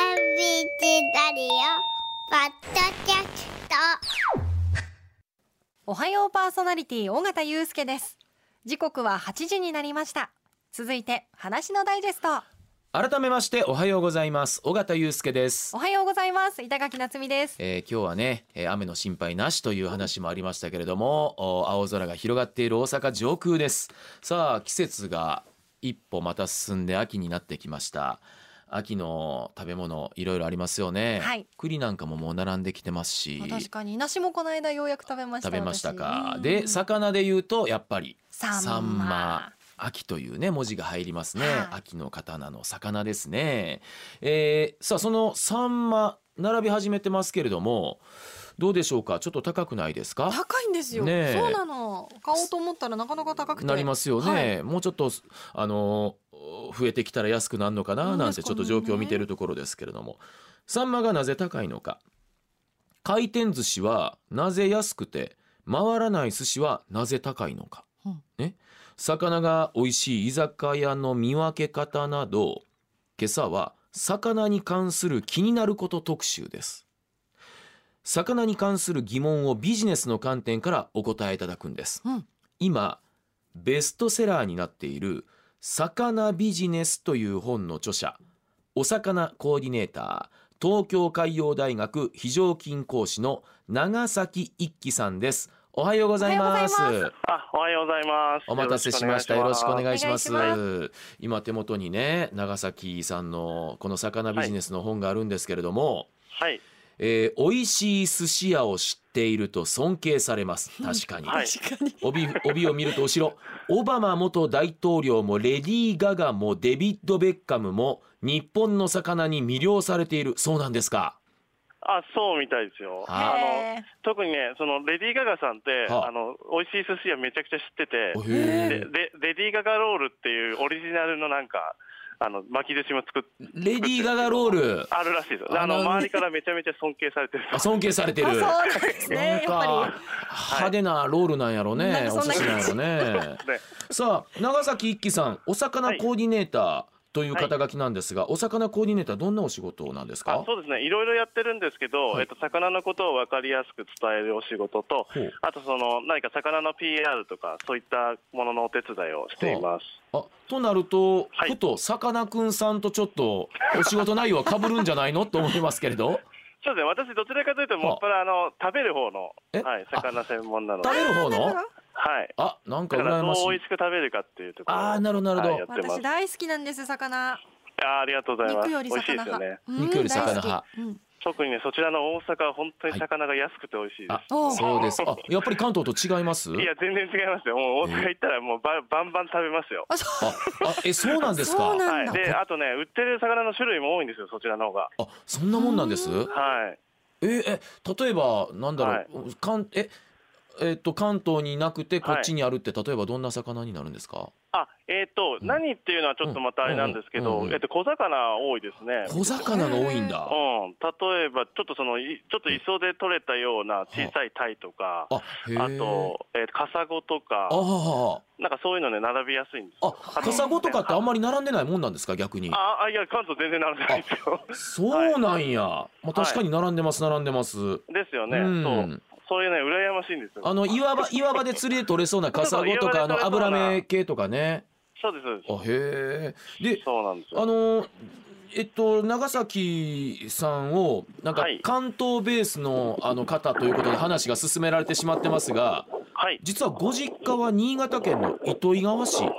チラリオポッドキャストおはようパーソナリティ尾形祐介です時刻は8時になりました続いて話のダイジェスト改めましておはようございます尾形祐介ですお、はようございます板垣夏美ですえー今日はね、えー雨の心配なしという話もありましたけれどもお青空が広がっている大阪上空ですさあ季節が一歩また進んで秋になってきました秋の食べ物いろいろありますよね、はい栗なんかももう並んできてますし確かに梨もこの間ようやく食べました食べましたか私で魚で言うとやっぱりサンマサンマ秋というね文字が入りますね、はい秋の刀の魚ですね、えーさあそのサンマ並び始めてますけれどもどうでしょうかちょっと高くないですか高いんですよ、ねえそうなの買おうと思ったらなかなか高くてなりますよね、はいもうちょっとあのー増えてきたら安くなるのかななんなんですてかちょねっと状況を見てるところですけれども、サンマがなぜ高いのか回転寿司はなぜ安くて回らない寿司はなぜ高いのか、うんね、魚が美味しい居酒屋の見分け方など今朝は魚に関する気になること特集です魚に関する疑問をビジネスの観点からお答えいただくんです、うん今ベストセラーになっている「魚ビジネス」という本の著者お魚コーディネーター東京海洋大学非常勤講師の長崎一輝さんですおはようございますおはようごあ、おはようございます。お待たせしましたよろしくお願いしますお願い今手元にね長崎さんのこの魚ビジネスの本があるんですけれども、はい、えー美味しい寿司屋を知っていると尊敬されます確かに、はい確かに帯帯を見ると後ろオバマ元大統領もレディー・ガガもデビッド・ベッカムも日本の魚に魅了されているそうなんですかあ、そうみたいですよ。ああのへ特にね、そのレディー・ガガさんって、はああの美味しい寿司屋めちゃくちゃ知ってて、おへでへーレレディー・ガガロールっていうオリジナルのなんかあの巻き寿司も作っレディー・ガガロールあるらしいですよ。あのあの周りからめちゃめちゃ尊敬されてる。あ尊敬されてーるあそうなんですねな やんっかぱり派手なロールなんやろね、なんかおそん寿な司なんやろ ねね、さあ長崎一輝さんお魚コーディネーターという肩書きなんですが、お魚コーディネーターどんなお仕事なんですあかそうですねいろいろやってるんですけど、はいえっと、魚のことを分かりやすく伝えるお仕事とほうあとその何か魚の PR とかそういったもののお手伝いをしています、あとなると、はいふとさかなクンさんとちょっとお仕事内容はかぶるんじゃないのと思いますけれ どそうですね、私、どちらかというと、もっぱらあの食べる方の、えはい、魚専門なので、食はい、べる方のあなんかだから羨どうましい美味しく食べるかっていうところをあーなるほどなるほどはいやってます私大好きなんです魚あーありがとうございます、肉より美味し魚いですよ派ね、うん肉より魚派大好きうん特にね、そちらの大阪は本当に魚が安くて美味しいです。あおうそうですあやっぱり関東と違いますい、や、全然違いますよ、もう大阪行ったら、もうばバンバン食べますよ。あそうああえそうなんですかそうなはんだい、であとね、売ってる魚の種類も多いんですよ、そちらの方が。あそんなもんなんですうんはい、ええ例えばなんだろう、かんええっと関東にいなくてこっちにあるって、例えばどんな魚になるんですかあえっ、と、うん何っていうのはちょっとまたあれなんですけうんど、うんうんえっと、小魚多いですね。小魚が多いんだうん、例えばちょっとそのいちょっと磯で取れたような小さいタイとか、あへえあと、えー、カサゴとかあ、はなんかそういうのね、並びやすいんですはよ。あカサゴとかってあんまり並んでないもんなんですか逆にああ、いや、関東全然並んでないですよ。そうなんや、まあ、確かに並んでます並んでます、ですよね、うんそう、そういうね、羨ましいんですよ。あの岩場岩場で釣りで取れそうなカサゴとかあそうそうの岩場で取れそうな油目系とかねそうです、そうあで。へえですそうなんですよ。あのえっと長崎さんをなんかはい関東ベースのあの方ということで話が進められてしまってますがはい、実はご実家は新潟県の糸魚川市そうで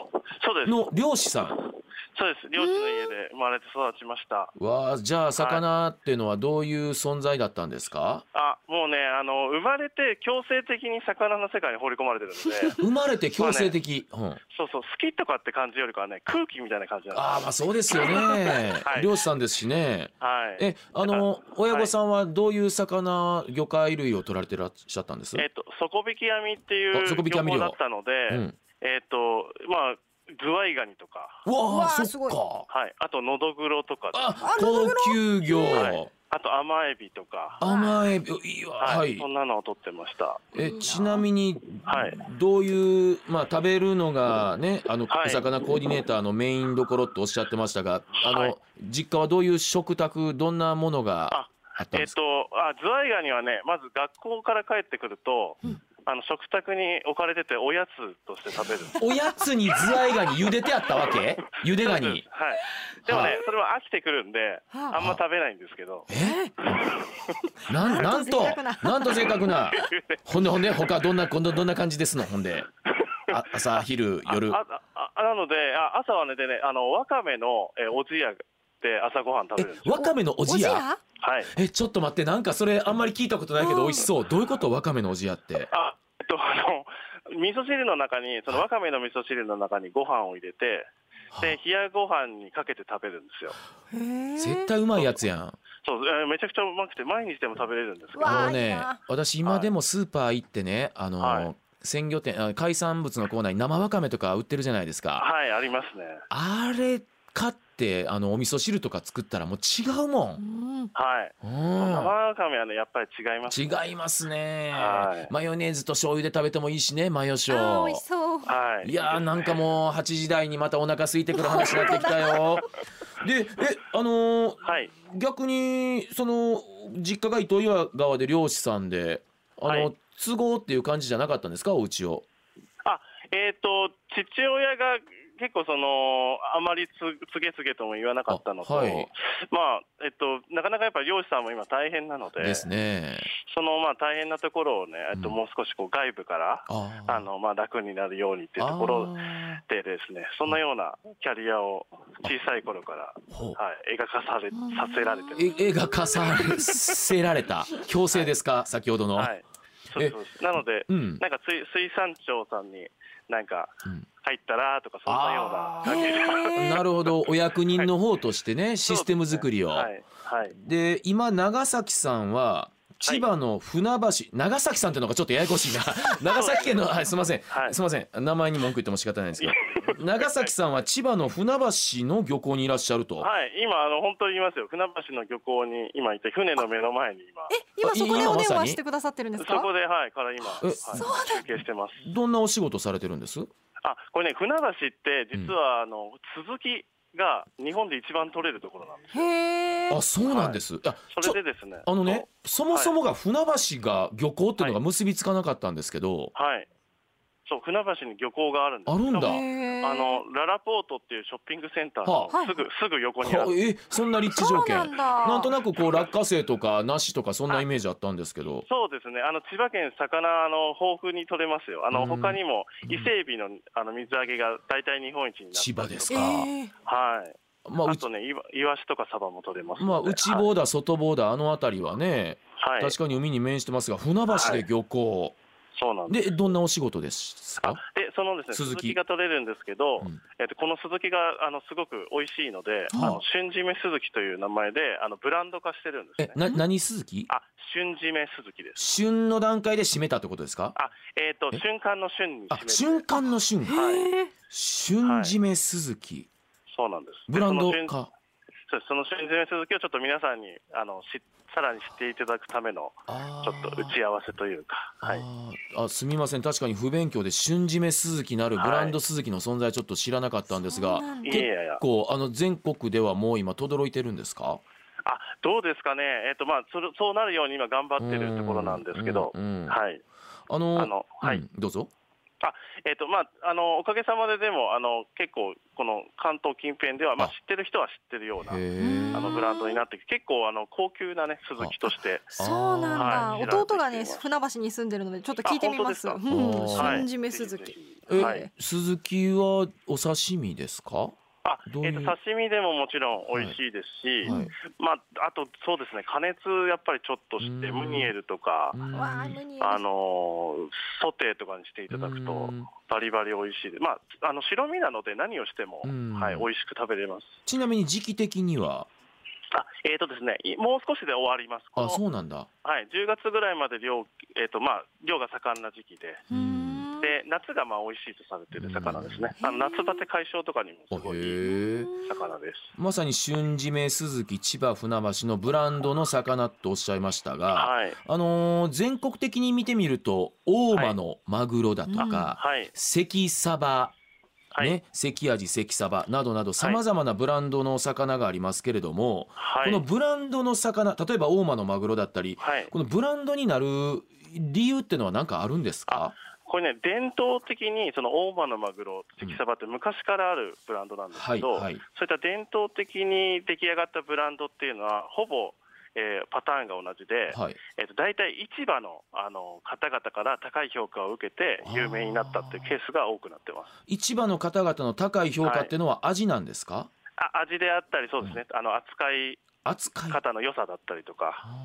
す、の漁師さんそうです、漁師の家で生まれて育ちました。はじゃあ魚っていうのはどういう存在だったんですかあ、もうね、あの生まれて強制的に魚の世界に放り込まれ てるんで、生まれて強制的、うん、そうそう、好きとかって感じよりかはね、空気みたいな感じなんですよ。ああまあそうですよね、はい漁師さんですしねはい。えあの親御さんはどういう魚魚介類を取られてらっしゃったんです、えっと、底引き網っていあう底引き漁網法漁だったので、うん、えっと、まあ、ズワイガニとか、うわわああそすごいっかはい、あとノドグロとかであ高級魚、はいあと甘エビとか、甘エビいいわはいはいそんなのを取ってました。えちなみにはいどういうまあ食べるのがねあのはいお魚コーディネーターのメインどころっておっしゃってましたがあはのい実家はどういう食卓どんなものがああったんえっですかと、あズワイガニはね、まず学校から帰ってくると、あの食卓に置かれてて、おやつとして食べる。おやつにズワイガニ茹でてあったわけ茹でガニはい。でもはねい、それは飽きてくるんで、はああんま食べないんですけど。え なんなんとなんと贅沢ななんと贅沢なほんでほんで他どんな今度どんな感じですのほんであ朝昼夜あああなので、あ朝はね、でね、あのわかめのえおじやで朝ごはん食べえるんですよ。わかめのおじやはい。えちょっと待ってなんかそれあんまり聞いたことないけど美味しそうどういうことわかめのおじやってあ、えっと、あの、味噌汁の中に、そのわかめの味噌汁の中にご飯を入れて、で、冷やご飯にかけて食べるんですよ。おや絶対うまいやつやんそう、えーめちゃくちゃうまくて、毎日でも食べれるんですけど。わああのいいねな私今でもスーパー行ってねあの、はい鮮魚店あ海産物のコーナーに生わかめとか売ってるじゃないですかはい、ありますね。あれ買ってあのお味噌汁とか作ったらもう違うもん、うんはい。うん、生わかめはね、やっぱり違います。違いますね、はいマヨネーズと醤油で食べてもいいしねマヨあー醤美味しそうはい。いやーなんかもう8時台にまたお腹空いてくる話になってきたよでえあのーはい。逆にその実家が糸魚川で漁師さんであの、はい都合っていう感じじゃなかったんですかお家をあ、えっ、と、父親が結構その、あまりつ、つげつげとも言わなかったのと、あはいまあ、えっと、なかなかやっぱり漁師さんも今大変なので、ですねそのまあ大変なところをね、えっと、うんもう少しこう外部から、あーあの、まあ楽になるようにっていうところあでですね、そんなようなキャリアを小さい頃から、ーほうはい、描かされ、させられてます。え絵が化させられた 強制ですか先ほどの、はい。そうそうですなので、うんなんか水水産庁さんになんかうん入ったらとかそんなような感じで、へーなるほどお役人の方としてねシステム作りを、はいはいで今長崎さんは千葉の船橋、長崎さんっていうのがちょっとややこ しいな長崎県の、はい、すいません、はいすいません名前に文句言っても仕方ないん ですけど長崎さんは千葉の船橋の漁港にいらっしゃると、はい今あの本当にいますよ船橋の漁港に今いて船の目の前に今え今そこで今おま電さに話してくださってるんですそかこではいから今、えはい、中継してますどんなお仕事されてるんですあこれね船橋って実はあの、続きが日本で一番取れるところなんですへーあそうなんです、あちそょれでですねあのねそもそもが船橋が漁港っていうのが結びつかなかったんですけど、そうはいそう船橋に漁港があるんですあるんだしかもへーあのララポートっていうショッピングセンターはのあすぐ、すぐ横にはあるえそんな立地条件そうなんだんとなくこう落花生とか梨とかそんなイメージあったんですけどそうですね。あの千葉県魚あの豊富に取れますよ。あの、うん他にも伊勢海老のあの水揚げが大体日本一になって千葉ですえか、ーはい。まああうちとねイワイワシとかサバも取れますまあので。内房だ外房だあの辺りはね、はい。はい確かに海に面してますが船橋で漁港、そうなんです。でどんなお仕事ですかでそのですねスズ鈴キ木が取れるんですけど、うんえっとこの鈴木があのすごく美味しいので、はああの旬締め鈴木という名前であのブランド化してるんですえね。な何鈴木あ旬締め鈴木です。旬の段階で締めたってことですかあえっ、とえ瞬間の旬に締あめる瞬間の瞬はい。旬締め鈴木そうなんです。ブランドでその旬かそうですその瞬詰め続きをちょっと皆さんにあのしさらに知っていただくためのあちょっと打ち合わせというか、あはい、ーあすみません確かに不勉強で旬締め鈴木なるブランド鈴木の存在ちょっと知らなかったんですそが、うなんだいやいやいや結構あの全国ではもう今轟いてるんですかあどうですかね、えっとまあ、それそうなるように今、頑張ってるところなんですけど、うんうんうんはいあのあのはいうんどうぞえっとまあ、あのおかげさまででもあの結構、この関東近辺では、まあ、あ知ってる人は知ってるようなうへんえあのブランドになってきて、結構あの高級な、ね、鈴木として。そうなんだ、はい弟がね船橋に住んでるのでちょっと聞いてみますあうん本当ですか瞬締め鈴はいぜ木ひぜひえ、はい鈴木はお刺身ですか。あどういえうっと刺身でももちろん美味しいですし、はい。まあ、あとそうですね、加熱やっぱりちょっとして、うんムニエルとか、わあうん無理あのーソテーとかにしていただくとうん、バリバリ美味しいです、まあ、あの白身なので、何をしても、うんはい、美味しく食べれます。ちなみに時期的には、あえーとですね、いもう少しで終わります、こあ、のそうなんだ。はい、10月ぐらいまで漁,、えーとまあ、漁が盛んな時期で、うーんで夏がまあ美味しいとされてる魚ですね、うんあの夏バテ解消とかにもあすごいいいへえ魚ですまさに旬締め鈴木千葉船橋のブランドの魚とおっしゃいましたが、はいあのー全国的に見てみると大間のマグロだとか、うんはい関サバ、はい、ね、関アジ関サバなどなどさまざまなブランドの魚がありますけれども、はこいのブランドの魚例えば大間のマグロだったりはい、このブランドになる理由ってのは何かあるんですかこれね伝統的にその大間のマグロ関サバって昔からあるブランドなんですはけいど、はいそういった伝統的に出来上がったブランドっていうのはほぼ、えーパターンが同じで、はいえー、と大体市場のあの方々から高い評価を受けて有名になったっていうケースが多くなってます。市場の方々の高い評価ってのは味なんですか、あ味であったりそうですね、あの扱い扱い方の良さだったりとか、あ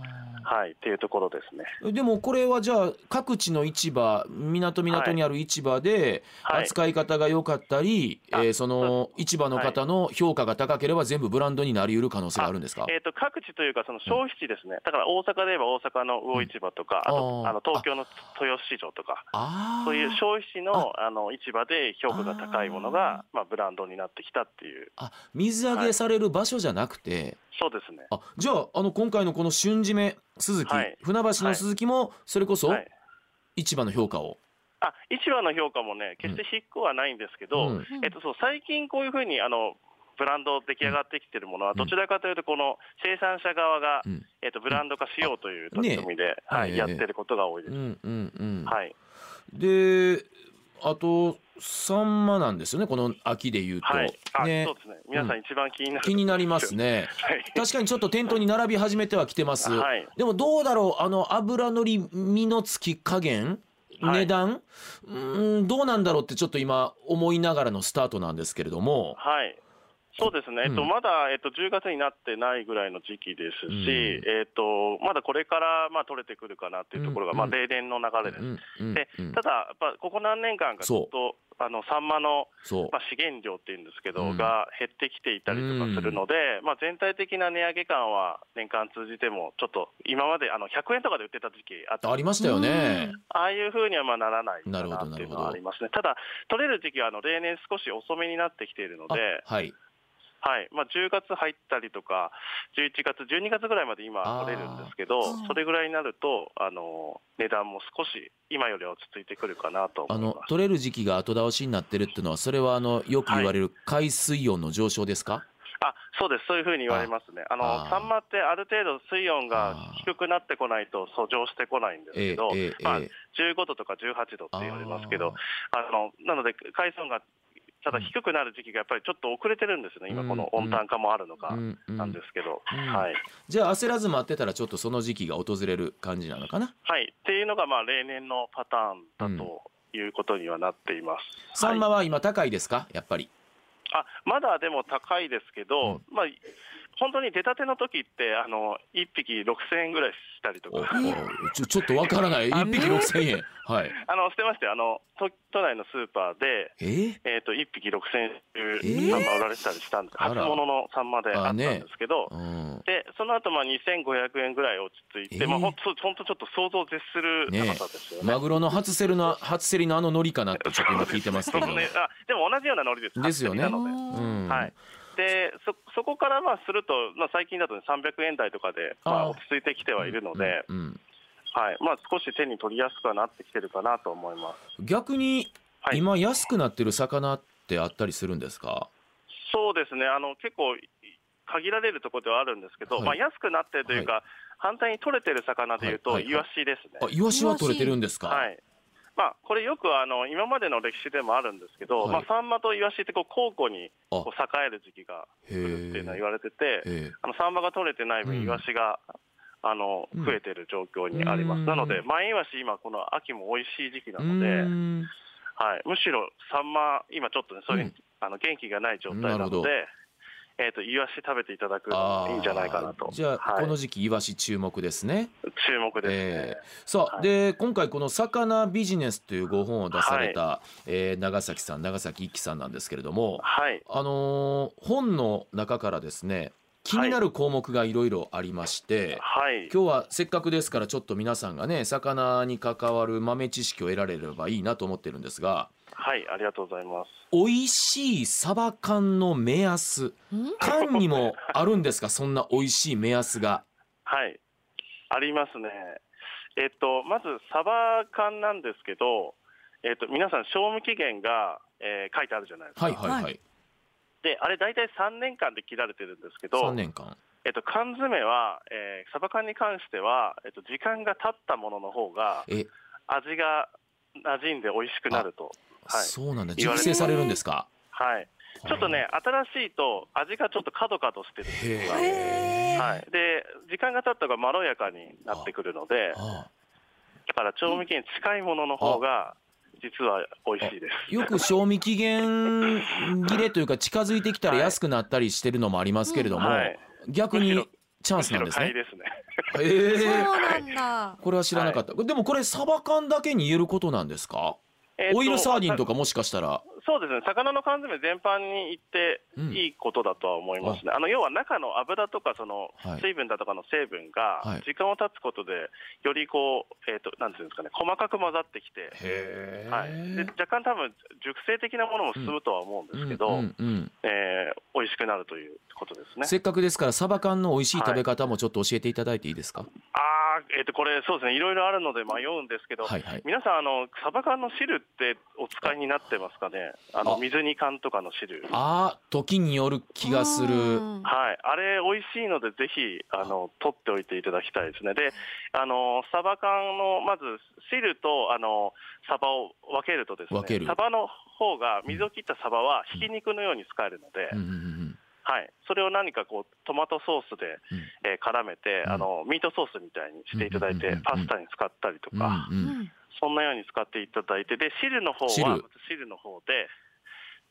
はい、っていうところですね。ーでもこれはじゃあ各地の市場港港にある市場ではい、扱い方が良かったり、あえーその市場の方の評価が高ければ全部ブランドになり得る可能性があるんですかえー、と各地というか、その消費地ですね、だから大阪で言えば大阪の魚市場とか、うんあとあのあー東京の豊洲市場とか、あーそういう消費地のあの市場で評価が高いものが、まあ、ブランドになってきたっていう、あ水揚げされる場所じゃなくて、そうですね、あじゃああの今回のこの旬締め鈴木、はい船橋の鈴木もそれこそはい、市場の評価を、あ市場の評価もね、決して低くはないんですけど、うんえっと、そう最近こういうふうにあのブランド出来上がってきてるものは、どちらかというと、この生産者側が、うんえっと、ブランド化しようという取り組みで、えはいええやってることが多いでうす。んうんうんはい、であとサンマなんですよねこの秋で言うと、はいあねそうですね、皆さん、一番気になる、気になりますねはい、確かにちょっと店頭に並び始めてはきてます、はいでもどうだろうあの油のり身のつき加減はい値段、うーんどうなんだろうってちょっと今思いながらのスタートなんですけれども、はいそうですね、えっとうんまだ、えっと、10月になってないぐらいの時期ですし、うんえっと、まだこれから、まあ、取れてくるかなっていうところが、うんまあ、例年の流れです、うんうんでうんただ、やっぱここ何年間かずっとあのサンマのそうまあ、資源量っていうんですけど、うんが減ってきていたりとかするので、まあ、全体的な値上げ感は年間通じても、ちょっと今まであの100円とかで売ってた時期あったありましたよね。ああいうふうにはまあならないかなるほなどっていうのなるほどはありますね、ただ、取れる時期はあの例年少し遅めになってきているのあで、はい。はいまあ、10月入ったりとか、11月、12月ぐらいまで今、あー取れるんですけどそう、それぐらいになると、あの値段も少し今よりは落ち着いてくるかなと思あいますの。取れる時期が後倒しになってるっていうのは、それはあのよく言われる海水温の上昇ですか？あそうです、そういうふうに言われますね、あのあーサンマってある程度、水温があー低くなってこないと、遡上してこないんですえけど、ええまあ、ええ15度とか18度って言われますけど、あのなので、海藻がただ低くなる時期がやっぱりちょっと遅れてるんですよね、今、この温暖化もあるのあーかうんうんなんですけど。うんはいじゃあ焦らず待ってたらちょっとその時期が訪れる感じなのかな。はい、っていうのがまあ例年のパターンだということにはなっています。サンマは今高いですか？やっぱり。あまだでも高いですけど、まあ、本当に出たての時ってあの1匹6000円ぐらいしたりとお おか。ちょちょっとわからない。あ一匹六千円。はい。あの捨てましたよあの都都内のスーパーで、えーえー、と1匹6000円といえうーサンマ売られてたりしたんです、あ初ら物のサンマであったんあねですけど、うん。でその後まあ2500円ぐらい落ち着いて、えーまあ、ほんと本当ちょっと想像を絶するね高さですよね。マグロの初セルの初競りのあのノリかなってちょっと今聞いてますけど。 そうねあでも同じようなノリです、ですよね初競りなのでうん。はい、でそそこからまあすると、まあ、最近だと、ね、300円台とかで、まあ、あー落ち着いてきてはいるので、うんうんはいまあ、少し手に取りやすくはなってきてるかなと思います。逆にはい今安くなってる魚ってあったりするんですか、そうですねあの結構い限られるところではあるんですけど、はいまあ、安くなってというか、反対に取れてる魚でいうと、はいはいイワシですね。あイワシは取れてるんですか、はいまあ、これよくあの今までの歴史でもあるんですけど、はいまあ、サンマとイワシってこう交互にあこう栄える時期がへ来るっていうのは言えわれてて、あのサンマが取れてない分、うんイワシがあのうん増えてる状況にあります、うんなので、マイイワシ、今、この秋も美味しい時期なうので、ーんはい、むしろサンマ、今ちょっとね、そういう、うんあの元気がない状態ななのるほどで、えー、とイワシ食べていただくのあがーいいんじゃないかなと、じゃあ、はい、この時期イワシ注目ですね注目ですね。えーさあ、はいで今回この「魚ビジネス」というご本を出された、えー長崎さん長崎一樹さんなんですけれどもはいあのー本の中からですね気になる項目がいろいろありまして、はい。今日はせっかくですからちょっと皆さんがね魚に関わる豆知識を得られればいいなと思ってるんですがはい。ありがとうございます。美味しいサバ缶の目安うん缶にもあるん ですかそんな美味しい目安がはい。ありますね。えっと、まず、サバ缶なんですけど、えっと、皆さん、賞味期限が、えー書いてあるじゃないですか。はいはいはい、はいで、あれ、大体3年間で切られてるんですけ3ど、年間えっと、缶詰は、えーサバ缶に関しては、えっと、時間が経ったものの方が、え、味が馴染んで美味しくなると。はいそうなんだ言わ熟成れされるんですかはい。ちょっとね、新しいと、味がちょっと角角してるっていうかへへーはい、で時間が経った方がまろやかになってくるので、ああだから調味期限近いものの方が、実は美味しいです。よく賞味期限切れというか近づいてきたら安くなったりしてるのもありますけれども、はい、逆むしにろチャンむスしなんろです 買いね。ですね。えそうえなんだ。これは知らなかった、でもこれサバ缶だけに言えることなんですか、えっとオイルサーディンとさかもしかしたら、そうですね、魚の缶詰全般に言ってうんいいことだとは思いますね、あの要は中の油とかそのはい水分だとかの成分はがい、時間を経つことで、よりこう、えっとなんていうんですかね、細かく混ざってきて、へえ、はい、で若干多分熟成的なものも進むとは思うんですけど、うんうんうんえー美味しくなるということですね。せっかくですからサバ缶の美味しい食べ方もちょっと教えていただいていいですか、あー、えっとこれ、そうですね、いろいろあるので迷うんですけど、はい、はい皆さんあの、サバ缶の汁ってお使いになってますかね、ああの水煮缶とかの汁、はい、ああ時による気がすうるんあれ、美味しいので、ぜひあの取っておいていただきたいですね。で、あのサバ缶のまず汁とあのサバを分けるとです分けねる、サバの方が、水を切ったサバはひき肉のように使えるので。うんうんうんはい、それを何かこうトマトソースで、えー絡めて、うんあのミートソースみたいにしていただいて、うんうんうんうんパスタに使ったりとうんか、うんうんそんなように使っていただいてで汁の方は汁まず汁の方で、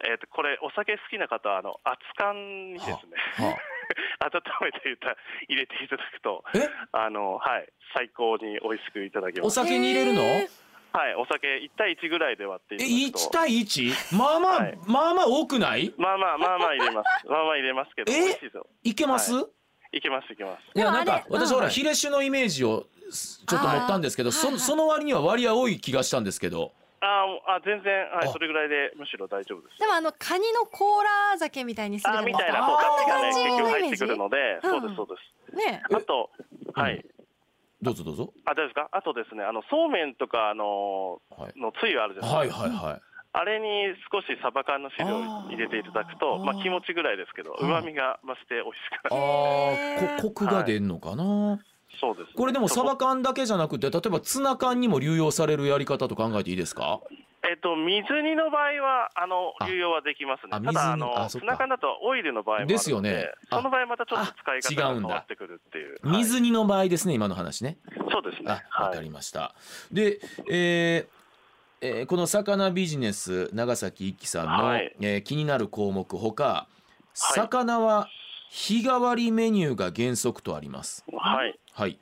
えー、とこれお酒好きな方はあの熱燗にですねは温めていた入れていただくとあえあの、はい、最高に美味しくいただけおます、酒に入れるの、へはい、お酒1対1ぐらいで割っていえただ1くと対 1? まあまあ、はいまあまあ多くないまあまあまあまあ入 れますまあまあ入れますけどえ美味しいですよいけます、はいいけますいけますいでやもなあんれかうん私ほらはいヒレ酒のイメージをすちょっと持ったんですけどあーそ,、はいはいその割には割合多い気がしたんですけどあーもうあ全然、はあい、それぐらいでむしろ大丈夫ですでよ。もあのカニの甲羅酒みたいにするあーのみたいな、あーこう、ガチがね、そ結う局いうイメージ入ってくるので、うんそうです、そうです。ねえあと、はい、どうぞどうぞあ、大丈夫ですかあとですね、あの、そうめんとか、あのはいー、のつゆあるじゃなはいいですか。はいはいあれに少しサバ缶の汁を入れていただくと、あーまあ、気持ちぐらいですけど、うん旨味が増して美味しくなある。ーこコクが出んのかな、そうです、ね。これでもサそバこ缶だけじゃなくて例えばツナ缶にも流用されるやり方と考えていいですかえっと、水煮の場合は、あのあ、流用はできますね。あた水煮だ、あの、あそっツかナ缶だとオイルの場合もあるので。ですよねあその場合またちょっと使い方あ違がうん変だわってくるっていう。はい水煮の場合ですね今の話ねそうですねあ。わはかい。りました、でえーえーこの魚ビジネス長崎一輝さんの、はいえー気になる項目ほか魚は日替わりメニューが原則とありますはい。はい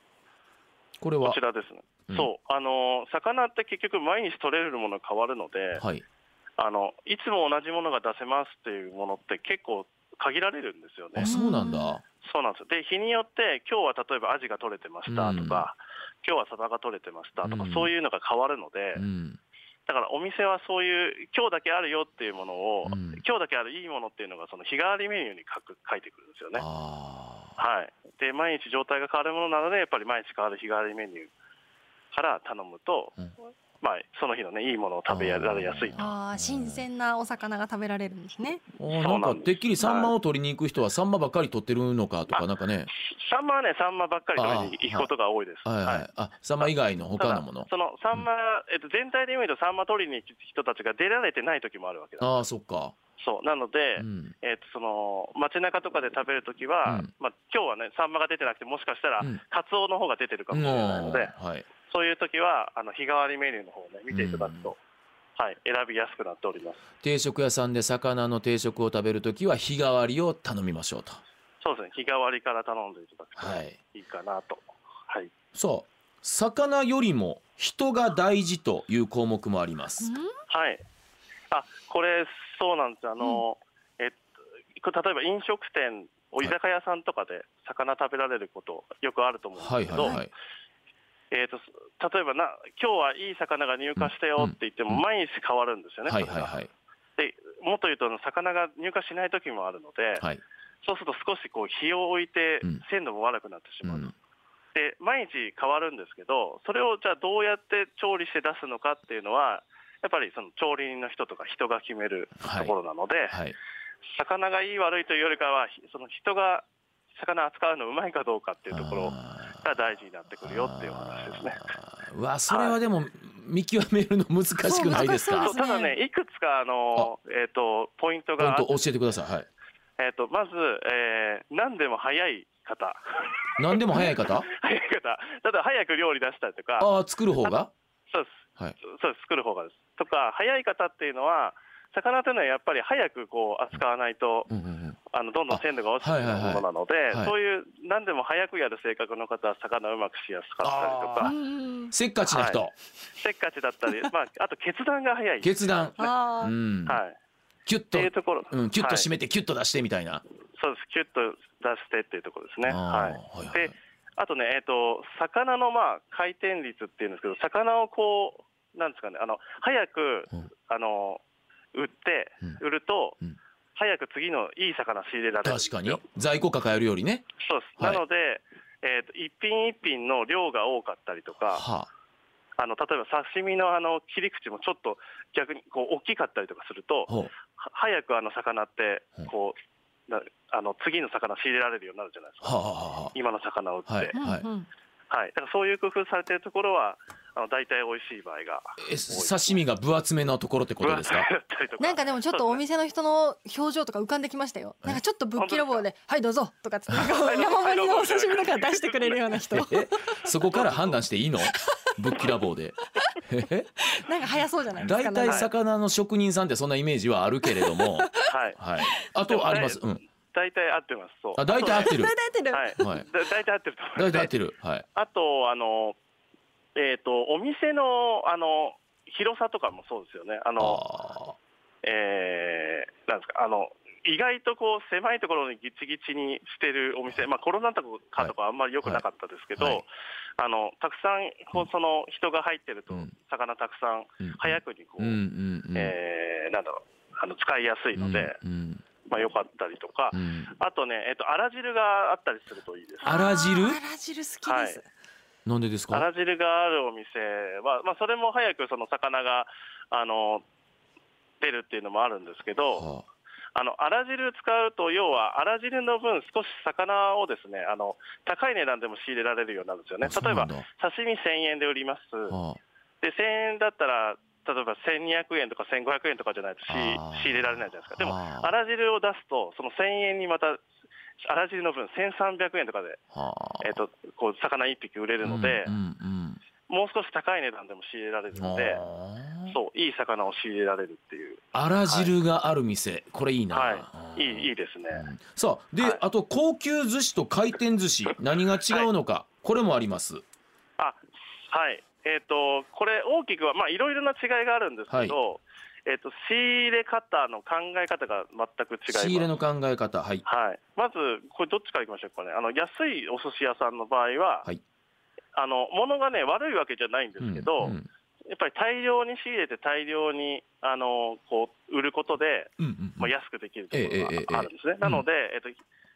これはこちらですね。うんそう、あのー魚って結局毎日取れるものが変わるので、はいあのいつも同じものが出せますっていうものって結構限られるんですよねあ。そうなんだそうなんですよ。で日によって今日は例えばアジが取れてましたとか、今日はサバが取れてましたとか、うんそういうのが変わるのうで、んだからお店はそういう今日だけあるよっていうものを、うん今日だけあるいいものっていうのがその日替わりメニューに書く書いてくるんですよね。あーはい、で毎日状態が変わるものなので、やっぱり毎日変わる日替わりメニューから頼むと、うんまあ、その日の、ね、いいものを食べられやすいと。ああ新鮮なお魚が食べられるんですね。あーそなうんなかんですてっきりサンマを取りに行く人はサンマばっかり取ってるのかとかなんかねサンマはね、サンマばっかり食べに行くことが多いです。はいはいあサンマ以外のた他だのものそのサンマ、えっと、全体で見ると、サンマ取りに行く人たちが出られてない時もあるわけだ。ああそっかそうなので、うんえっと、その街中とかで食べるときは、うんまあ今日はね、サンマが出てなくて、もしかしたら、うんカツオの方が出てるかもしれないので、うんはいそういう時はあの日替わりメニューの方をね見ていただくと、はい選びやすくなっております。定食屋さんで魚の定食を食べるときは日替わりを頼みましょうと。そうですね日替わりから頼んでいただくはい。といいかなと。はい。そう。魚よりも人が大事という項目もあります。はい。あこれそうなんですあの、えっとこれ例えば飲食店居酒屋さんとかで魚食べられることよくあると思うんはでいすけはいど、はいえー、と例えばな今日はいい魚が入荷したよって言ってうも、ん毎日変わるんですよね、はいはいそれがはいでもっと言うと魚が入荷しない時もあるので、はいそうすると少しこう日を置いてうん鮮度も悪くなってうしまう、んで毎日変わるんですけどそれをじゃあどうやって調理して出すのかっていうのはやっぱりその調理人の人とか人が決めるはといころなので、はい魚がいい悪いというよりかはひその人が魚扱うのうまいかどうかっていうところあーが大事になってくるよっていうお話ですね。あーうわそれはでも見極めるの難しくないですそう難しそうでかそすうただね、いくつかあのえっ、とポイント本があ当っ教えてくださいはいえっ、とまず、えー何でも早い方、 何でも早い方早い方、ただ早く料理出したりとか、ああ作る方がそうです。はいそうです作る方がです。とか早い方っていうのは魚というのはやっぱり早くこう扱わないと、うんうんうんあのどんどん鮮度が落ちてくるあはいはいはいものなので、はいそういう何でも早くやる性格の方は魚をうまくしやすかったありとかうんせっかちな人せっかちだった り、まあ、あと決断が早い、決断あうーんはい、っキュッてというところ、うんキュッと締はめい、てキュッと出してみたいなそうですキュッと出してっていうところですね。あはいーはいはいであとね、えっと魚のまあ回転率っていうんですけど魚をこうなんですかねあの早く、うんあの売って、う売ると、うん早く次のいい魚仕入れられるんです確よかに在庫抱えるよりねそうです、はいなので、えー、と一品一品の量が多かったりとかはあの例えば刺身のあの切り口もちょっと逆にこう大きかったりとかするとあほうは早くあの魚ってうんこう、なあの次の魚仕入れられるようになるじゃないですかはあはあは今の魚を売って、ははいいうんはいうんだからそういう工夫されてるところはあの大体美味しい場合があえ刺身が分厚めなところってこと ですか分厚くなったりとかなんかでもちょっとお店の人の表情とか浮かんできましたよ。えなんかちょっとぶっきらぼうで、はいどうぞとかつってなんか山盛りのお刺身とか出してくれるような人。えそこから判断してい いのぶっきらぼうでえなんか早そうじゃないですか。大なん体か魚の職人さんってそんなイメージはあるけれども、 はいはい、あとあります、うん、大体合ってますそうあ大体合ってる大体合ってる。ははいいだ大体合ってると思いま大す体合ってるはいあと、あの、えっ、と、お店の、あの、広さとかもそうですよね。ああの、えー、なんですか、あの、意外とこう狭いところにギチギチにしてるお店、まあ、コロナ禍とかとかあんまり良くなかったですけど、はいはいあのたくさんこうその人が入ってるとうん、魚たくさんーうん早くにこう、うんうんうんえーなんだろうあの使いやすいので、うんまあ、良かったりとか、うんうんあとね、えっとあら汁があったりするといいです。あら汁あーあら汁好きです。なんでですあから汁があるお店は、まあ、それも早くその魚があの出るっていうのもあるんですけど、はあのあら汁使うと、要はあら汁の分、少し魚をですねあの高い値段でも仕入れられるようになるんですよねあ、そう例えなばんだ刺身1000円で売ります、はで1000円だったら、例えば1200円とか1500円とかじゃないと仕あー仕入れられないじゃないですか、でもあーあら汁を出すと、その1000円にまた、あら汁の分、1300円とかで、あはあえっとこう魚1匹売れるので。うんうんもう少し高い値段でも仕入れられるうんので、あーそう、いい魚を仕入れられるっていう、あら汁がある店これいいな、はい、いいいいいですね。さあで、はいあと高級寿司と回転寿司何が違うのか、これもありますあはい、えっ、と、これ、大きくは、まあ、いろいろな違いがあるんですけど、えっ、と、仕入れ方の考え方が全く違います。仕入れの考え方はいはい、まず、これ、どっちからいきましょうかね、あの安いお寿司屋さんの場合は、はいあの物がね、悪いわけじゃないんですけど、うんうんやっぱり大量に仕入れて、大量にあのこう売ることで、うんうんまあ、うん安くできるところええええええがあるんですね。なので、えっと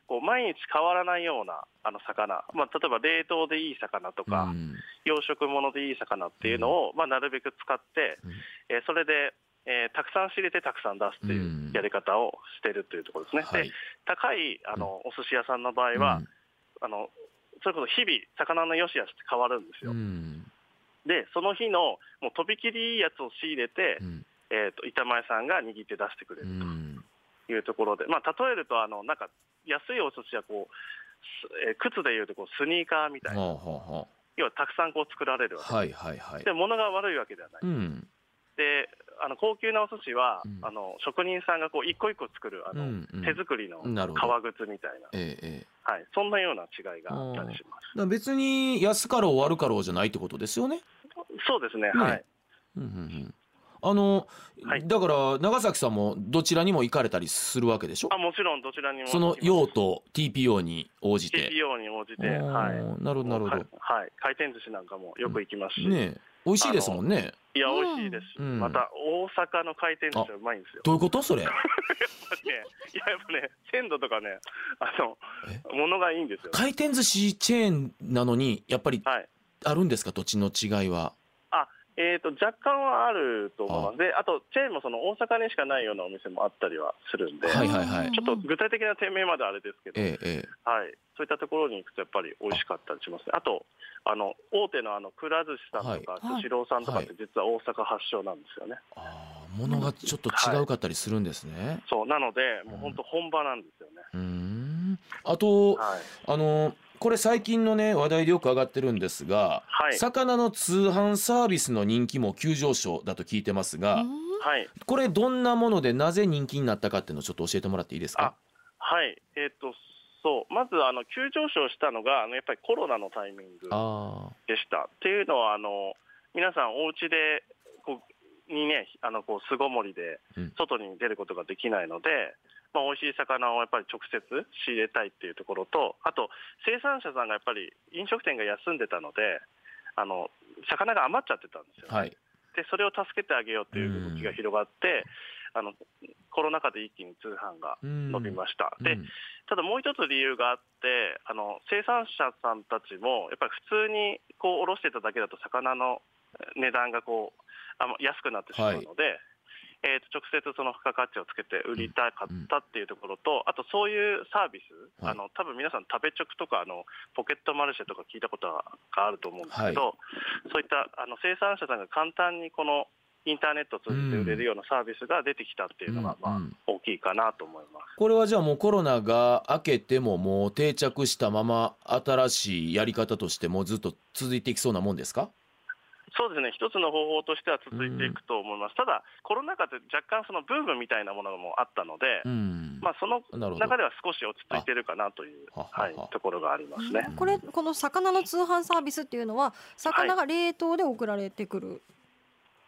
こう毎日変わらないようなあの魚、まあ、例えば冷凍でいい魚とか、うん養殖物でいい魚っていうのを、まあ、なるべく使って、うんえーそれで、えーたくさん仕入れてたくさん出すってうんいうやり方をしてるっていうところですね。はいで高いあのお寿司屋さんの場合は、あのそれこそ日々魚の良し悪しって変わるんでうんすよ。うんでその日のもうとびきりいいやつを仕入れて、うんえー、と板前さんが握って出してくれうると。んいうところで、まあ、例えるとあのなんか安いお寿司はこう、すえー靴でいうとこうスニーカーみたいな、ほうほうほ要はたくさんこう作られるうわけはいはいはいで、物が悪いわけではない、うんであの高級なお寿司は、うんあの職人さんがこう一個一個作るあうの、んうん手作りのなるほど革靴みたいな、ええええはい、そんなような違いがあったりしまだから別に安かろう悪かろうじゃないってことですよねす。そうですね、ねはい、うんうんうんあの、はいだから長崎さんもどちらにも行かれたりするわけでしょあもちろんどちらにもその用途 TPO に応じて TPO に応じて、おーはい、なるほどなるほどはい、はい回転寿司なんかもよく行きますし、ねえ美味しいですもんねいや美味しいですし、うんまた大阪の回転寿司はうまいんですよ。どういうことそれやっぱりね、いややっぱね鮮度とかねあのえ物がいいんですよ。回転寿司チェーンなのにやっぱりはい。あるんですか土地の違いはえー、と若干はあると思います。で、あとチェーンもその大阪にしかないようなお店もあったりはするんで、はいはいはいちょっと具体的な店名まであれですけど、ええええはい、そういったところに行くとやっぱり美味しかったりしますね。あとあの大手のあのくら寿司さんとかはいスシローさんとかって実は大阪発祥なんですよね。ああものがちょっと違うかったりするんですね、そうなのでもう本当本場なんですよね。うーんあとはい。あのこれ最近のね話題でよく上がってるんですがはい。魚の通販サービスの人気も急上昇だと聞いてますがはい。これどんなものでなぜ人気になったかっていうのをちょっと教えてもらっていいですかはい。えっ、とそうまずあの急上昇したのがあのやっぱりコロナのタイミング。あでした。っていうのはあの皆さんお家でこうにねあのこう巣ごもりでうん外に出ることができないので、まあ、美味しい魚をやっぱり直接仕入れたいっていうところとあと生産者さんがやっぱり飲食店が休んでたのであの魚が余っちゃってたんですよ、あはいでそれを助けてあげようっていう動きが広がって、あのコロナ禍で一気に通販が伸伸びました。うんでただもう一つ理由があってあの生産者さんたちもやっぱり普通にこう卸してただけだと魚のえー値段がこうあの安くなってしまうので、えーと直接その付加価値をつけて売りたかったっていうところと、あとそういうサービス、はいあの多分皆さん食べチョクとかあのポケットマルシェとか聞いたことがあると思うんですけど、そういったあの生産者さんが簡単にこのインターネットを通じて売れるようなサービスが出てきたっていうのうが、んうまあん大きいかなと思います。これはじゃあもうコロナが明けてももう定着したまま新しいやり方としてもうずっと続いていきそうなもんですかそうですね、一つの方法としては続いていくと思います、ただ、コロナ禍で若干、そのブームみたいなものもあったので、うん、まあ、そのなるほど中では少し落ち着いてるかなという、あはははい、ところがありますね。これこの魚の通販サービスっていうのは魚が冷凍で送られてくる、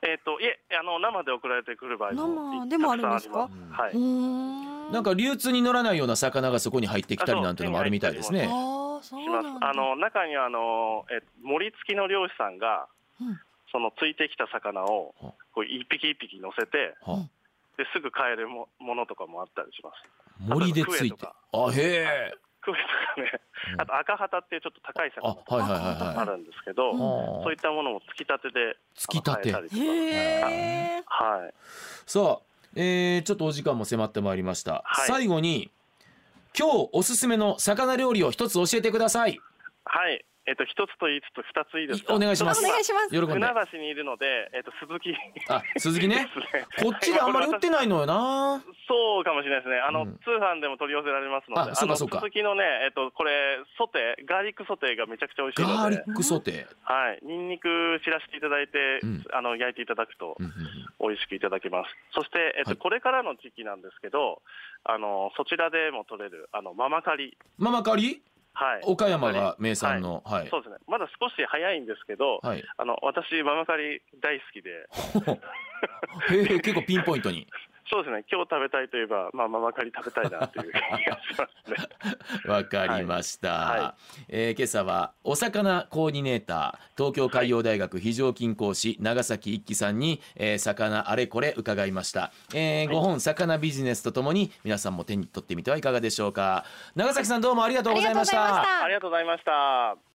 えっといえあの、生で送られてくる場合も生でもあるんですかたくさんありますはい、んなんか流通に乗らないような魚がそこに入ってきたりなんてのもあるみたいですねああそしうますなんだあの中にはあの、え森付きの漁師さんが、うんそのついてきた魚をはこう一匹一匹乗せてはあですぐ買えるもものとかもあったりします。森でついてあへえクエとかね、うんあと赤旗っていうちょっと高い魚あとかはいはいはいあはいるんですけど、うんあそういったものも突き立てで突き立てあの生えたりとかへえはい、さあ、えー、ちょっとお時間も迫ってまいりました、はい最後に今日おすすめの魚料理を一つ教えてくださいはい、えっ、と一つと言いつつ二ついいですか。お願いしおます願いします喜んで船橋にいるので、えっ、と鈴木あ鈴木ねですねこっちであんまり売ってないのよな そうかもしれないですね。あの、うん通販でも取り寄せられますので、あそうかのそうか鈴木のね、えっ、とこれソテー、ガーリックソテーがめちゃくちゃ美味しいので、ガーリックソテー、はい、ニンニク散らしていただいて、うんあの焼いていただくとうんうんうん美味しくいただけます。そして、えっとはいこれからの時期なんですけど、あのそちらでも取れるあのママカリ、ママカリはい、岡山が名産のはいそうですね。まだ少し早いんですけど、はい、あの私ママカリ大好きで、 へえ結構ピンポイントにそうですね。今日食べたいといえば、まあママカリ食べたいなという気がしま すね。わかりました、はいはえー今朝はお魚コーディネーター東京海洋大学非常勤講師長崎一樹さんに、えー魚あれこれ伺いました、えー、はい5本魚ビジネスとともに皆さんも手に取ってみてはいかがでしょうか長崎さんどうもありがとうあごりがざというござましいましたたありがとうございました。